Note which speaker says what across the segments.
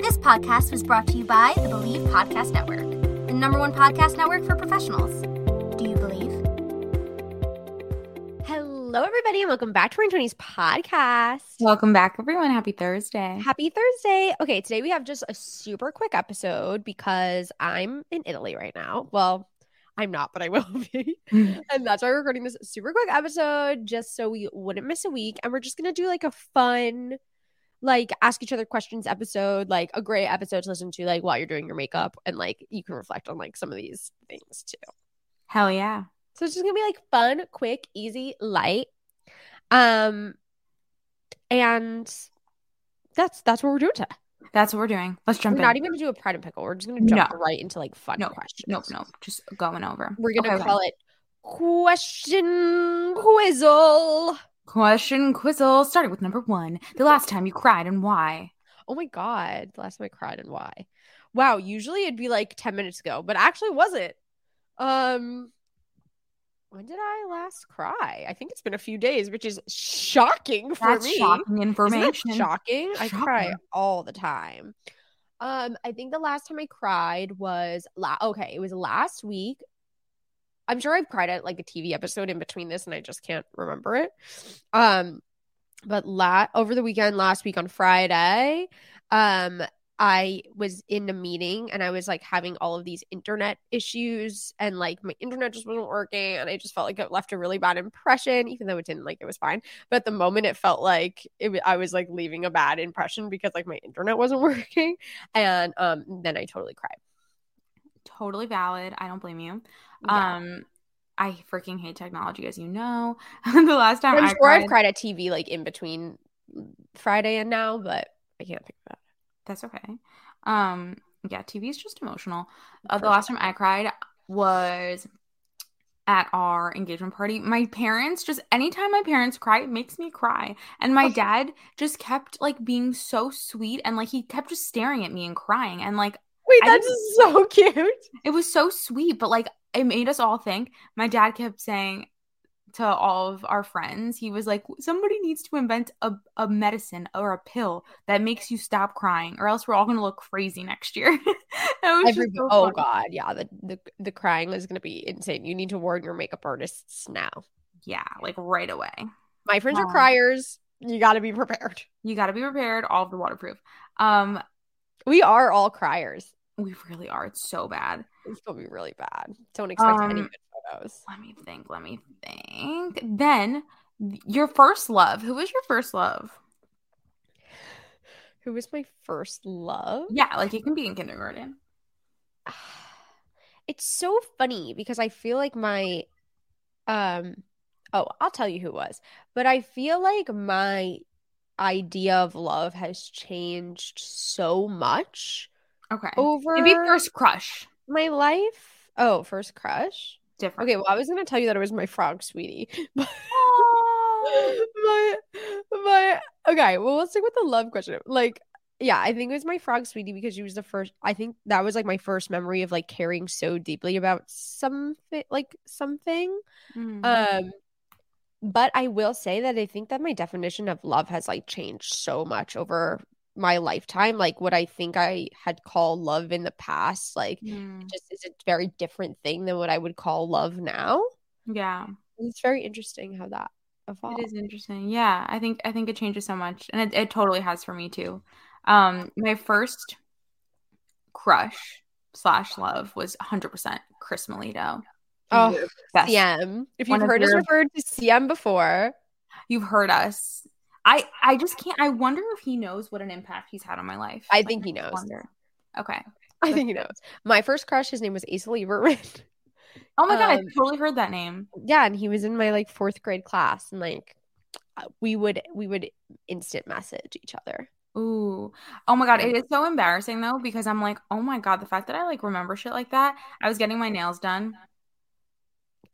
Speaker 1: This podcast was brought to you by the Believe Podcast Network, the number one podcast network for professionals. Do you believe?
Speaker 2: Hello, everybody, and welcome back to Roaring Twenties Podcast.
Speaker 3: Welcome back, everyone. Happy Thursday.
Speaker 2: Happy Thursday. Okay, today we have just a super quick episode because I'm in Italy right now. Well, I'm not, but I will be. and that's why we're recording this super quick episode just so we wouldn't miss a week. And we're just going to do like a fun, like ask each other questions episode, like a great episode to listen to, like while you're doing your makeup. And like you can reflect on like some of these things too.
Speaker 3: Hell yeah.
Speaker 2: So it's just gonna be like fun, quick, easy, light. Um and that's that's what we're doing today.
Speaker 3: That's what we're doing. Let's
Speaker 2: We're
Speaker 3: jump in.
Speaker 2: not even gonna do a pride and pickle. We're just gonna jump
Speaker 3: No.
Speaker 2: right into like fun
Speaker 3: No.
Speaker 2: questions.
Speaker 3: nope, nope. Just going over.
Speaker 2: We're gonna
Speaker 3: Okay,
Speaker 2: call it question quizzle.
Speaker 3: Question quizzle starting with number one. The last time you cried and why?
Speaker 2: Oh my god, the last time I cried and why. Wow, usually it'd be like 10 minutes ago, but actually wasn't. Um when did I last cry? I think it's been a few days, which is shocking for
Speaker 3: That's
Speaker 2: me. Isn't
Speaker 3: shocking
Speaker 2: that
Speaker 3: information.
Speaker 2: shocking? I cry
Speaker 3: Shocking.
Speaker 2: all the time. Um, I think the last time I cried was la- okay, it was last week. I'm sure I've cried at like a TV episode in between this and I just can't remember it. Um, but la- over the weekend last week on Friday, um I was in a meeting and I was like having all of these internet issues and like my internet just wasn't working and I just felt like it left a really bad impression even though it didn't like it was fine but at the moment it felt like it, w- I was like leaving a bad impression because like my internet wasn't working and um then I totally cried.
Speaker 3: Totally valid. I don't blame you.
Speaker 2: Yeah.
Speaker 3: Um, I freaking hate technology, as you know. the last time
Speaker 2: I'm
Speaker 3: I
Speaker 2: sure
Speaker 3: cried,
Speaker 2: I've cried at TV like in between Friday and now but I can't think of that.
Speaker 3: That's okay. Um, yeah, TV is just emotional. Uh,
Speaker 2: For
Speaker 3: the last time I cried was at our engagement party. My parents just anytime my parents cry, it makes me cry. And my dad just kept like being so sweet and like he kept just staring at me and crying and like
Speaker 2: Wait,
Speaker 3: I
Speaker 2: that's so cute.
Speaker 3: it was so sweet, but like it made us all think. My dad kept saying to all of our friends, he was like, somebody needs to invent a, a medicine or a pill that makes you stop crying, or else we're all gonna look crazy next year. It was just
Speaker 2: Every-
Speaker 3: so
Speaker 2: oh
Speaker 3: funny.
Speaker 2: god, yeah, the, the the crying is gonna be insane. You need to warn your makeup artists now.
Speaker 3: Yeah, like right away.
Speaker 2: My friends are
Speaker 3: Wow.
Speaker 2: criers. You got to be prepared.
Speaker 3: You gotta be prepared, all of the waterproof. Um,
Speaker 2: We are all criers.
Speaker 3: we really are. It's so bad.
Speaker 2: It's gonna be really bad. Don't expect any
Speaker 3: Um,
Speaker 2: good photos.
Speaker 3: Let me think, let me think. Then your first love. Who was your first love?
Speaker 2: Who was my first love?
Speaker 3: Yeah, like it can be in kindergarten.
Speaker 2: It's so funny because I feel like my um oh, I'll tell you who it was. But I feel like my idea of love has changed so much
Speaker 3: Okay.
Speaker 2: over
Speaker 3: Maybe first crush.
Speaker 2: my life. Oh, first crush.
Speaker 3: Different.
Speaker 2: Okay, well, I was gonna tell you that it was my frog, sweetie. But
Speaker 3: Oh,
Speaker 2: my my okay well let's stick with the love question like yeah i think it was my frog sweetie because she was the first i think that was like my first memory of like caring so deeply about something like something
Speaker 3: Hmm.
Speaker 2: um but i will say that i think that my definition of love has like changed so much over my lifetime like what i think i had called love in the past like
Speaker 3: Mm.
Speaker 2: just is a very different thing than what i would call love now
Speaker 3: yeah,
Speaker 2: it's very interesting how that evolved
Speaker 3: it is interesting. Yeah, I think I think it changes so much, and it, it totally has for me too. Um, my first crush slash love was 100 percent Chris Melito.
Speaker 2: Oh,
Speaker 3: You're the best.
Speaker 2: CM. If you've
Speaker 3: One of
Speaker 2: heard us
Speaker 3: your-
Speaker 2: referred to CM before,
Speaker 3: you've heard us. I I just can't. I wonder if he knows what an impact he's had on my life.
Speaker 2: I think he knows.
Speaker 3: I wonder. Okay.
Speaker 2: I think he knows. My first crush, his name was Asa Lieberman.
Speaker 3: Oh my god, I
Speaker 2: Um,
Speaker 3: totally heard that name.
Speaker 2: yeah, and he was in my like fourth grade class, and like uh, we would we would instant message each other.
Speaker 3: Ooh. Oh my God. It is so embarrassing though, because I'm like, oh my God, the fact that I like remember shit like that. I was getting my nails done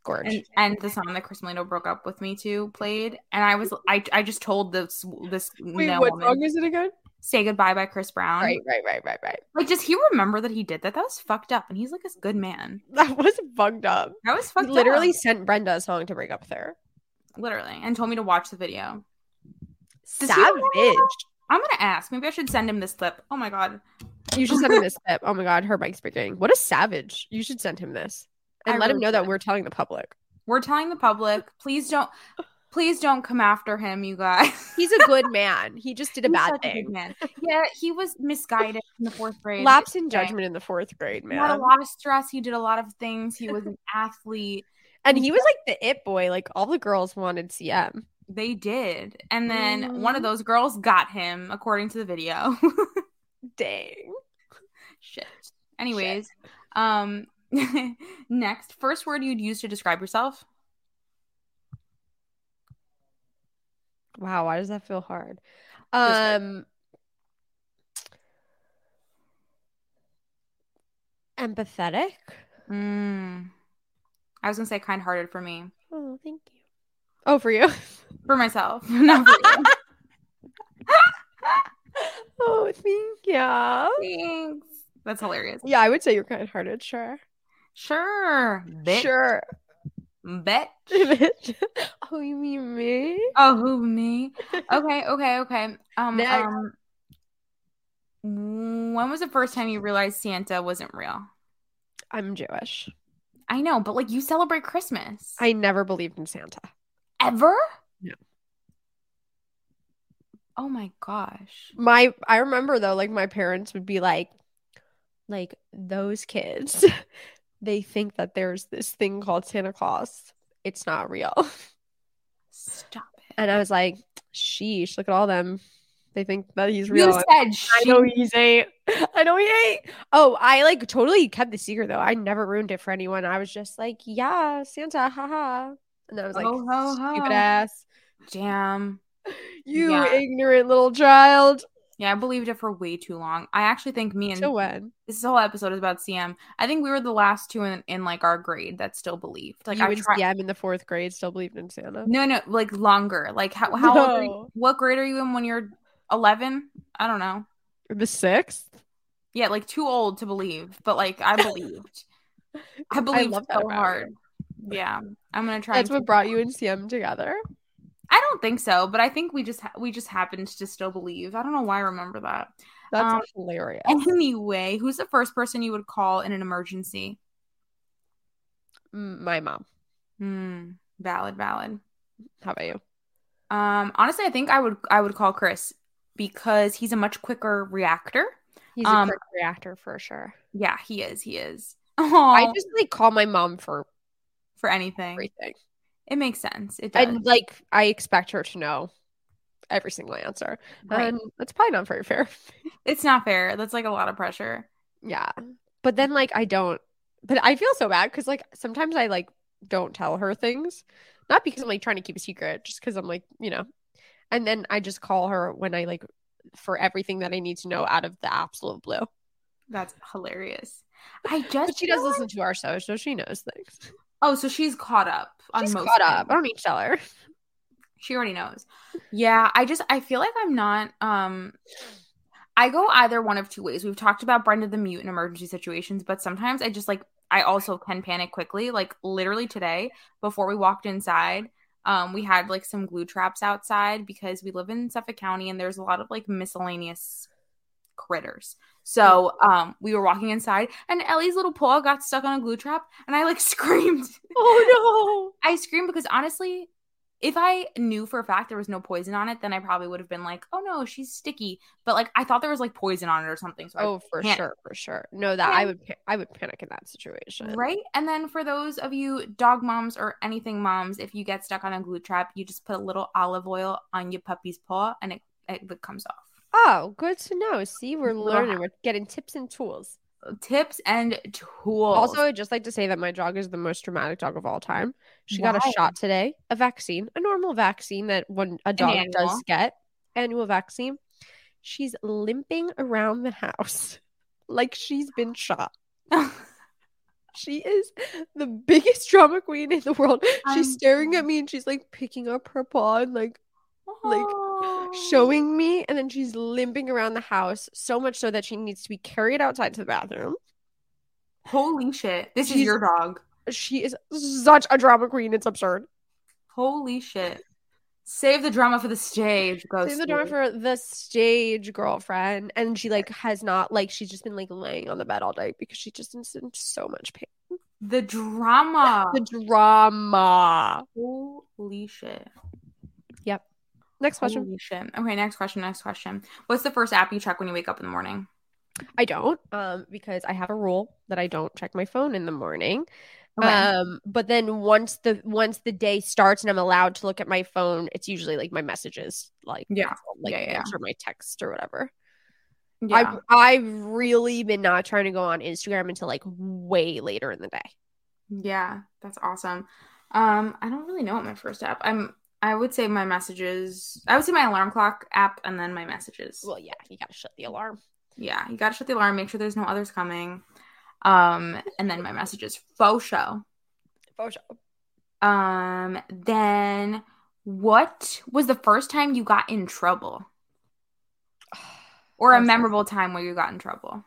Speaker 2: Gorge.
Speaker 3: and, and the song that Chris Molino broke up with me to played. And I was, I, I just told this, this
Speaker 2: Wait,
Speaker 3: nail
Speaker 2: what
Speaker 3: woman,
Speaker 2: song is it again?
Speaker 3: Say Goodbye by Chris Brown.
Speaker 2: Right, right, right, right, right.
Speaker 3: Like, does he remember that he did that? That was fucked up. And he's like a good man.
Speaker 2: That was bugged up.
Speaker 3: That was
Speaker 2: He
Speaker 3: fucked
Speaker 2: literally
Speaker 3: up.
Speaker 2: sent Brenda a song to break up with her.
Speaker 3: Literally. And told me to watch the video. he
Speaker 2: Savage.
Speaker 3: I'm going to ask. Maybe I should send him this clip. Oh my God.
Speaker 2: You should send him this clip. Oh my god, her mic's breaking. What a savage. You should send him this. And
Speaker 3: I
Speaker 2: let him
Speaker 3: really
Speaker 2: know that
Speaker 3: should.
Speaker 2: we're telling the public.
Speaker 3: We're telling the public, please don't, please don't come after him, you guys.
Speaker 2: He's a good man. He just did a
Speaker 3: He's
Speaker 2: bad
Speaker 3: such a good
Speaker 2: thing.
Speaker 3: man. Yeah, he was misguided in the fourth grade.
Speaker 2: Lapse in
Speaker 3: Okay.
Speaker 2: judgment in the fourth grade,
Speaker 3: He had a
Speaker 2: man.
Speaker 3: lot of stress. He did a lot of things. He was an athlete.
Speaker 2: And he was like the it boy. Like all the girls wanted CM.
Speaker 3: They did. And then
Speaker 2: Mm.
Speaker 3: one of those girls got him, according to the video.
Speaker 2: Dang.
Speaker 3: Shit. Anyways, um next, first word you'd use to describe yourself?
Speaker 2: Wow, why does that feel hard?
Speaker 3: Just
Speaker 2: Um empathetic.
Speaker 3: Mm. I was gonna say kind hearted for me.
Speaker 2: Oh, thank you. Oh, for you.
Speaker 3: For myself. Not for you.
Speaker 2: Oh, thank you.
Speaker 3: Thanks. That's hilarious.
Speaker 2: Yeah, I would say you're kind hearted, sure.
Speaker 3: Sure. Bitch.
Speaker 2: Sure.
Speaker 3: Bitch.
Speaker 2: Bitch. oh, you mean me?
Speaker 3: Oh, who me? Okay, okay, okay. Um,
Speaker 2: Next.
Speaker 3: um, when was the first time you realized Santa wasn't real?
Speaker 2: I'm Jewish.
Speaker 3: I know, but like you celebrate Christmas.
Speaker 2: I never believed in Santa.
Speaker 3: ever?
Speaker 2: No.
Speaker 3: Oh my gosh.
Speaker 2: My I remember though, like my parents would be like, like those kids, they think that there's this thing called Santa Claus. It's not real.
Speaker 3: Stop it.
Speaker 2: And I was like, sheesh, look at all them. They think that he's
Speaker 3: You
Speaker 2: real.
Speaker 3: said
Speaker 2: I
Speaker 3: she
Speaker 2: know he's eight. I know he ain't. Oh, I like totally kept the secret though. I never ruined it for anyone. I was just like, yeah, Santa, haha. And I was like,
Speaker 3: Ho, ho,
Speaker 2: stupid
Speaker 3: ho.
Speaker 2: ass,
Speaker 3: damn.
Speaker 2: you
Speaker 3: Yeah.
Speaker 2: ignorant little child.
Speaker 3: Yeah, I believed it for way too long. I actually think me and
Speaker 2: Till when?
Speaker 3: this whole episode is about CM. I think we were the last two in, in like our grade that still believed. Like
Speaker 2: you
Speaker 3: I
Speaker 2: and
Speaker 3: tried.
Speaker 2: CM in the fourth grade still believed in Santa.
Speaker 3: No, no, like longer. Like how, how old are you,
Speaker 2: No.
Speaker 3: what grade are you in when you're 11? I don't know.
Speaker 2: The sixth?
Speaker 3: Yeah, like too old to believe, but like I believed. I believed
Speaker 2: love that
Speaker 3: so
Speaker 2: about you.
Speaker 3: hard. Yeah, I'm gonna try.
Speaker 2: That's
Speaker 3: and-
Speaker 2: what brought you and CM together.
Speaker 3: I don't think so, but I think we just ha- we just happened to still believe. I don't know why I remember that.
Speaker 2: That's
Speaker 3: Um,
Speaker 2: hilarious.
Speaker 3: Anyway, who's the first person you would call in an emergency?
Speaker 2: Mm, My mom.
Speaker 3: Hmm. Valid, valid.
Speaker 2: How about you?
Speaker 3: Um, honestly, I think I would I would call Chris because he's a much quicker reactor.
Speaker 2: He's
Speaker 3: a Um,
Speaker 2: a
Speaker 3: quick
Speaker 2: reactor for sure.
Speaker 3: Yeah, he is. He is.
Speaker 2: I
Speaker 3: Oh,
Speaker 2: just like call my mom for
Speaker 3: for anything.
Speaker 2: everything.
Speaker 3: It makes sense. It does.
Speaker 2: And like I expect her to know every single answer.
Speaker 3: Right.
Speaker 2: And Um, that's probably not very fair.
Speaker 3: It's not fair. That's like a lot of pressure.
Speaker 2: yeah. But then like I don't but I feel so bad because like sometimes I like don't tell her things. Not because I'm like trying to keep a secret, just because I'm like, you know. And then I just call her when I like for everything that I need to know out of the absolute blue.
Speaker 3: That's hilarious. I
Speaker 2: But
Speaker 3: just
Speaker 2: she does
Speaker 3: realized-
Speaker 2: listen to our show, so she knows things.
Speaker 3: Oh, so she's caught up on
Speaker 2: She's
Speaker 3: most
Speaker 2: caught up. I
Speaker 3: things.
Speaker 2: don't need to tell her.
Speaker 3: She already knows. Yeah, I just I feel like I'm not um I go either one of two ways. We've talked about Brenda the mute in emergency situations, but sometimes I just like I also can panic quickly. Like literally today, before we walked inside, um, we had like some glue traps outside because we live in Suffolk County and there's a lot of like miscellaneous critters. So um we were walking inside and Ellie's little paw got stuck on a glue trap and I like screamed.
Speaker 2: Oh
Speaker 3: I scream because honestly, if I knew for a fact there was no poison on it, then I probably would have been like, "Oh no, she's sticky." But like, I thought there was like poison on it or something. So I-
Speaker 2: Oh, for
Speaker 3: Panic.
Speaker 2: sure, for sure. No, that I
Speaker 3: Yeah.
Speaker 2: would pa- I would panic in that situation.
Speaker 3: right. And then for those of you dog moms or anything moms, if you get stuck on a glue trap, you just put a little olive oil on your puppy's paw, and it it comes off.
Speaker 2: Oh, good to know. See, we're
Speaker 3: Little
Speaker 2: learning. We're getting tips and tools.
Speaker 3: Tips and tools.
Speaker 2: Also, I'd just like to say that my dog is the most dramatic dog of all time. She got
Speaker 3: Why?
Speaker 2: a shot today, a vaccine, a normal vaccine that when a dog does
Speaker 3: annual.
Speaker 2: get, annual vaccine. she's limping around the house like she's been shot. She is the biggest drama queen in the world.
Speaker 3: I'm
Speaker 2: She's staring at me and she's like picking up her paw and like
Speaker 3: Oh.
Speaker 2: showing me and then she's limping around the house so much so that she needs to be carried outside to the bathroom.
Speaker 3: Holy shit. This is
Speaker 2: She's-
Speaker 3: your dog.
Speaker 2: She is such a drama queen. It's absurd.
Speaker 3: Holy shit. Save the drama for the stage, Ghosty.
Speaker 2: Save the drama for the stage girlfriend. And she like has not like she's just been like laying on the bed all day because she just is in so much pain.
Speaker 3: The drama.
Speaker 2: The drama.
Speaker 3: Holy shit. Oh.
Speaker 2: Next question.
Speaker 3: Holy shit. Okay, next question. Next question. What's the first app you check when you wake up in the morning?
Speaker 2: I don't, um, because I have a rule that I don't check my phone in the morning.
Speaker 3: Okay.
Speaker 2: Um, but then once the once the day starts and I'm allowed to look at my phone, it's usually like my messages, like
Speaker 3: Yeah.
Speaker 2: like
Speaker 3: Yeah, yeah.
Speaker 2: answer my text or whatever.
Speaker 3: yeah.
Speaker 2: I've I've really been not trying to go on Instagram until like way later in the day.
Speaker 3: Yeah, that's awesome. Um, I don't really know what my first app. I'm I would say my messages. I would say my alarm clock app and then my messages.
Speaker 2: Well, yeah, you gotta shut the alarm.
Speaker 3: Yeah, you gotta shut the alarm, make sure there's no others coming. Um, and then my messages. Faux show.
Speaker 2: For sure.
Speaker 3: Um, then what was the first time you got in trouble? Or a
Speaker 2: First time.
Speaker 3: memorable time where you got in trouble?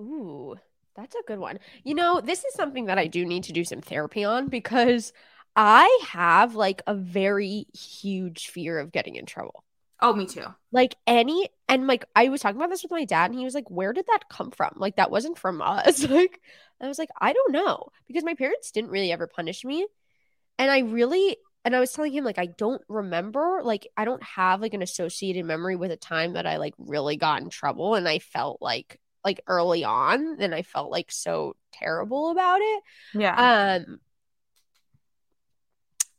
Speaker 2: Ooh, that's a good one. You know, this is something that I do need to do some therapy on because I have like a very huge fear of getting in trouble.
Speaker 3: Oh, me too.
Speaker 2: Like any and like I was talking about this with my dad and he was like, "Where did that come from?" Like that wasn't from us. Like I was like, "I don't know." Because my parents didn't really ever punish me. And I really and I was telling him like I don't remember, like I don't have like an associated memory with a time that I like really got in trouble and I felt like like early on, then I felt like so terrible about it.
Speaker 3: Yeah.
Speaker 2: Um,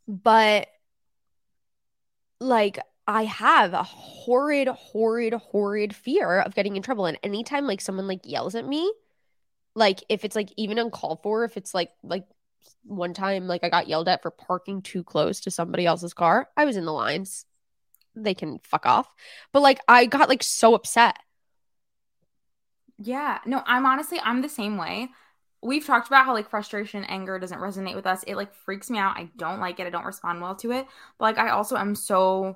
Speaker 2: but like I have a horrid, horrid, horrid fear of getting in trouble. And anytime like someone like yells at me, like if it's like even uncalled for, if it's like like one time like I got yelled at for parking too close to somebody else's car, I was in the lines. They can fuck off. But like I got like so upset.
Speaker 3: Yeah. No, I'm honestly I'm the same way. We've talked about how like frustration, anger doesn't resonate with us. It like freaks me out. I don't like it. I don't respond well to it. But like I also am so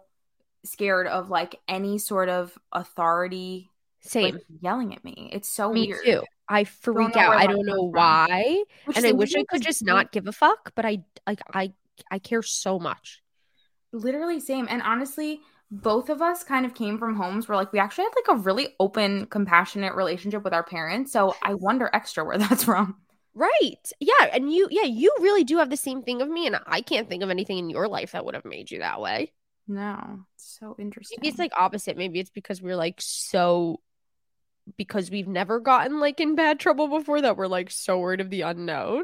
Speaker 3: scared of like any sort of authority like,
Speaker 2: Same.
Speaker 3: yelling at me. It's so
Speaker 2: me
Speaker 3: weird.
Speaker 2: too. I freak
Speaker 3: know
Speaker 2: out.
Speaker 3: where
Speaker 2: I
Speaker 3: that
Speaker 2: don't
Speaker 3: comes
Speaker 2: know
Speaker 3: from.
Speaker 2: why.
Speaker 3: Which
Speaker 2: and
Speaker 3: is
Speaker 2: I
Speaker 3: a
Speaker 2: wish I
Speaker 3: weird
Speaker 2: could
Speaker 3: thing
Speaker 2: just
Speaker 3: to
Speaker 2: not give a fuck, but I like I I care so much.
Speaker 3: Literally same. And honestly, both of us kind of came from homes where like we actually had like a really open, compassionate relationship with our parents. So I wonder extra where that's from.
Speaker 2: Right. Yeah, and you yeah, you really do have the same thing of me and I can't think of anything in your life that would have made you that way.
Speaker 3: No, it's so interesting.
Speaker 2: Maybe it's like opposite. Maybe it's because we're like so because we've never gotten like in bad trouble before that we're like so worried of the unknown.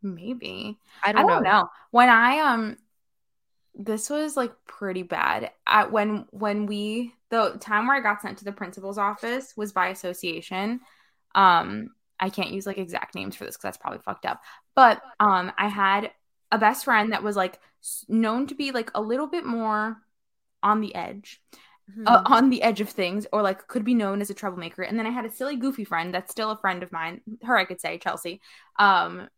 Speaker 3: maybe.
Speaker 2: I
Speaker 3: I
Speaker 2: don't,
Speaker 3: don't, know. When I um this was like pretty bad. At when when we the time where I got sent to the principal's office was by association. Um I can't use like exact names for this cuz that's probably fucked up. But um I had a best friend that was like s- known to be like a little bit more on the edge
Speaker 2: Mhm.
Speaker 3: uh, on the edge of things or like could be known as a troublemaker and then i had a silly goofy friend that's still a friend of mine her i could say chelsea um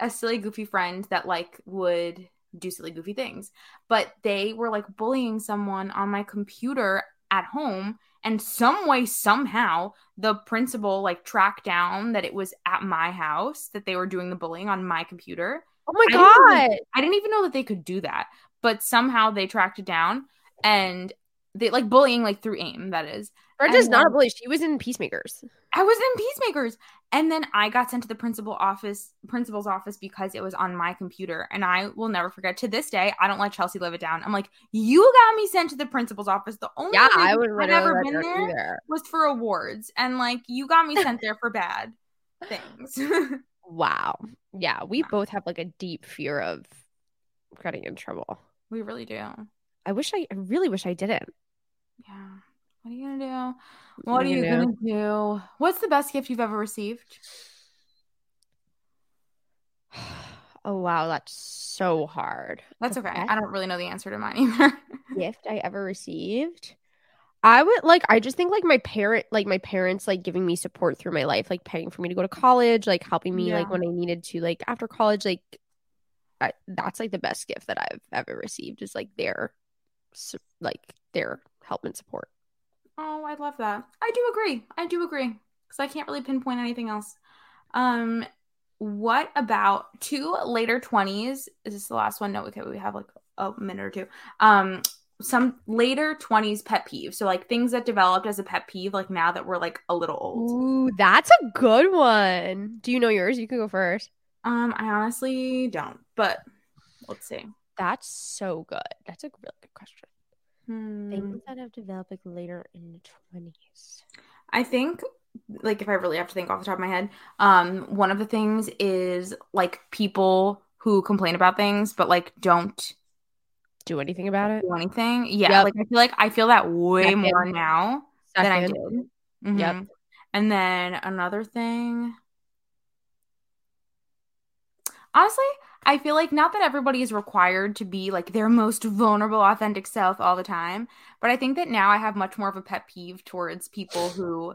Speaker 3: a silly goofy friend that like would do silly goofy things but they were like bullying someone on my computer at home and some way somehow the principal like tracked down that it was at my house that they were doing the bullying on my computer
Speaker 2: oh my
Speaker 3: I
Speaker 2: god.
Speaker 3: I didn't even know that they could do that, but somehow they tracked it down and they like bullying like through aim that is.
Speaker 2: Brenda's
Speaker 3: and
Speaker 2: not a
Speaker 3: then-
Speaker 2: bully. She was in Peacemakers.
Speaker 3: I was in peacemakers and then I got sent to the principal office principal's office because it was on my computer and I will never forget to this day I don't let Chelsea live it down. I'm like, "You got me sent to the principal's office. The only
Speaker 2: Yeah, I
Speaker 3: reason
Speaker 2: would
Speaker 3: Oh I've
Speaker 2: have
Speaker 3: ever been there
Speaker 2: either.
Speaker 3: was for awards and like you got me sent there for bad things."
Speaker 2: Wow. Yeah, we
Speaker 3: Wow.
Speaker 2: both have like a deep fear of getting in trouble.
Speaker 3: we really do.
Speaker 2: I wish I, I really wish I didn't.
Speaker 3: Yeah. What are you gonna do?
Speaker 2: What
Speaker 3: What
Speaker 2: are
Speaker 3: are
Speaker 2: you
Speaker 3: you gonna do? What's the best gift you've ever received?
Speaker 2: Oh wow, that's so hard.
Speaker 3: That's
Speaker 2: The
Speaker 3: okay.
Speaker 2: best
Speaker 3: I don't really know the answer to mine either.
Speaker 2: gift I ever received. I would like I just think like my parent like my parents like giving me support through my life like paying for me to go to college like helping me like
Speaker 3: Yeah.
Speaker 2: when I needed to like after college like I, that's like the best gift that I've ever received is like their su- like their help and support.
Speaker 3: Oh, I love that. I do agree. I do agree because I can't really pinpoint anything else. Um, what about two later twenties? Is this the last one? No, okay, we have like a minute or two. Um, some later twenties pet peeves. So like things that developed as a pet peeve, like now that we're like a little old.
Speaker 2: Ooh, that's a good one. Do you know yours? You can go first.
Speaker 3: Um, I honestly don't, but let's see.
Speaker 2: That's so good. That's a really good question.
Speaker 3: Hmm.
Speaker 2: Things that have developed like later in the twenties.
Speaker 3: I think like if I really have to think off the top of my head, um one of the things is like people who complain about things but like don't
Speaker 2: Do anything about it?
Speaker 3: do anything.
Speaker 2: Yep.
Speaker 3: Yeah, like I feel like I feel that way
Speaker 2: Second.
Speaker 3: more now than I did.
Speaker 2: Second. Yep.
Speaker 3: Mhm. And then another thing Honestly, I feel like not that everybody is required to be like their most vulnerable, authentic self all the time, but I think that now I have much more of a pet peeve towards people who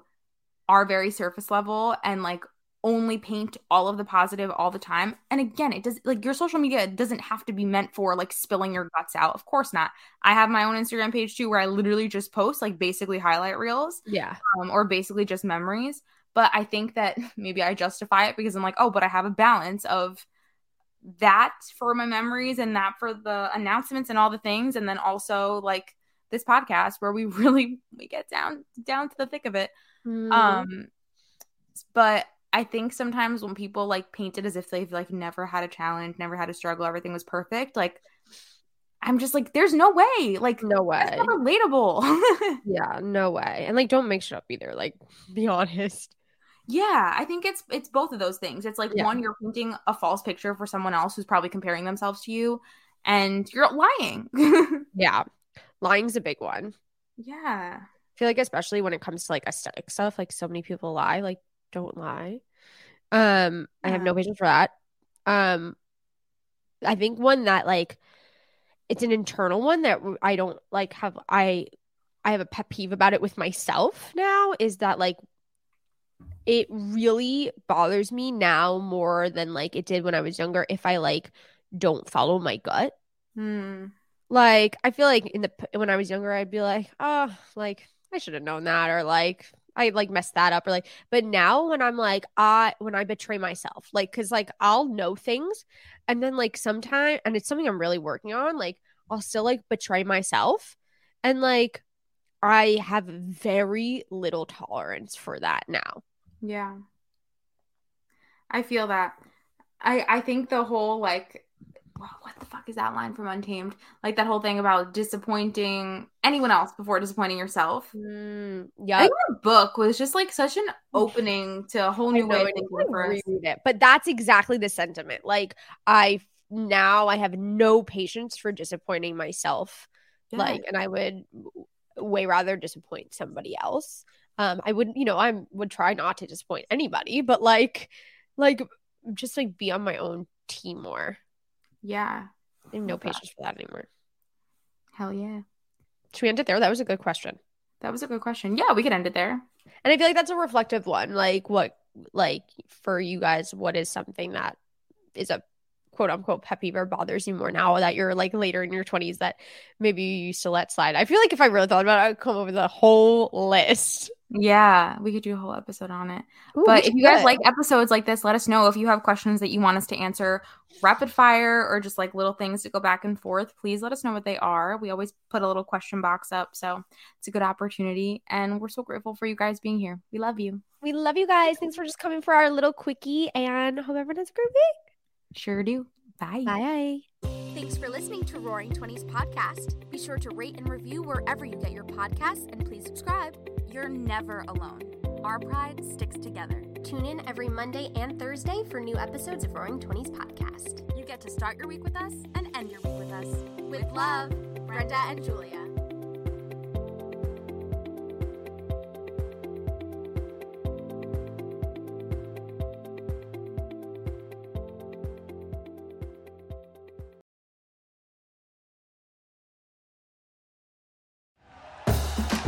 Speaker 3: are very surface level and like only paint all of the positive all the time. And again, it does like your social media doesn't have to be meant for like spilling your guts out. Of course not. I have my own Instagram page too where I literally just post like basically highlight reels
Speaker 2: Yeah.
Speaker 3: um, or basically just memories. But I think that maybe I justify it because I'm like, oh, but I have a balance of that for my memories and that for the announcements and all the things, and then also like this podcast where we really we get down down to the thick of it.
Speaker 2: Hmm. Mm-hmm.
Speaker 3: Um, but I think sometimes when people like paint it as if they've like never had a challenge, never had a struggle, everything was perfect. Like, I'm just like, there's no way. Like,
Speaker 2: no way.
Speaker 3: that's not relatable.
Speaker 2: Yeah, no way. And like, don't make shit up either. Like, be honest.
Speaker 3: Yeah, I think it's it's both of those things. It's like
Speaker 2: Yeah.
Speaker 3: one, you're painting a false picture for someone else who's probably comparing themselves to you, and you're lying.
Speaker 2: Yeah. Lying's a big one.
Speaker 3: yeah,
Speaker 2: I feel like, especially when it comes to like aesthetic stuff, like so many people lie. Like, don't lie. Um, I have
Speaker 3: Yeah.
Speaker 2: no patience for that. Um, I think one that like it's an internal one that w- I don't like have I I have a pet peeve about it with myself now is that like it really bothers me now more than like it did when I was younger if I like don't follow my gut.
Speaker 3: Hmm.
Speaker 2: Like I feel like in the p- when I was younger I'd be like, "Oh, like I should have known that," or like I like messed that up or like but now when I'm like I when I betray myself, like cuz like I'll know things and then like sometime and it's something I'm really working on, like I'll still like betray myself and like I have very little tolerance for that now.
Speaker 3: yeah. I feel that. I I think the whole like, wha- what the fuck is that line from Untamed? Like that whole thing about disappointing anyone else before disappointing yourself. I
Speaker 2: yeah.
Speaker 3: think the book was just like such an opening to a whole new way of thinking for us.
Speaker 2: reread it, but that's exactly the sentiment. Like I now I have no patience for disappointing myself.
Speaker 3: Yeah.
Speaker 2: Like, and I would w- way rather disappoint somebody else. Um, I would, you know, I would try not to disappoint anybody, but like, like just like be on my own team more.
Speaker 3: yeah,
Speaker 2: I have no
Speaker 3: Love that.
Speaker 2: patience for that anymore.
Speaker 3: hell yeah.
Speaker 2: Should we end it there? That was a good question.
Speaker 3: That was a good question. Yeah, we could end it there.
Speaker 2: And I feel like that's a reflective one. Like what like for you guys, what is something that is a quote unquote pet peeve or bothers you more now that you're like later in your twenties that maybe you used to let slide? I feel like if I really thought about it, I'd come up with a whole list.
Speaker 3: Yeah, we could do a whole episode on it.
Speaker 2: Ooh,
Speaker 3: But
Speaker 2: we
Speaker 3: if you guys
Speaker 2: should.
Speaker 3: like episodes like this, let us know if you have questions that you want us to answer rapid fire or just like little things to go back and forth. Please let us know what they are. We always put a little question box up. So it's a good opportunity. And we're so grateful for you guys being here. We love you.
Speaker 2: we love you guys. Thanks for just coming for our little quickie and hope everyone has a great week.
Speaker 3: Sure do. Bye.
Speaker 2: Bye.
Speaker 1: Thanks for listening to Roaring Twenties Podcast. Be sure to rate and review wherever you get your podcasts and please subscribe. You're never alone. Our pride sticks together. Tune in every Monday and Thursday for new episodes of Roaring Twenties Podcast. You get to start your week with us and end your week with us. With, love, Brenda and Julia.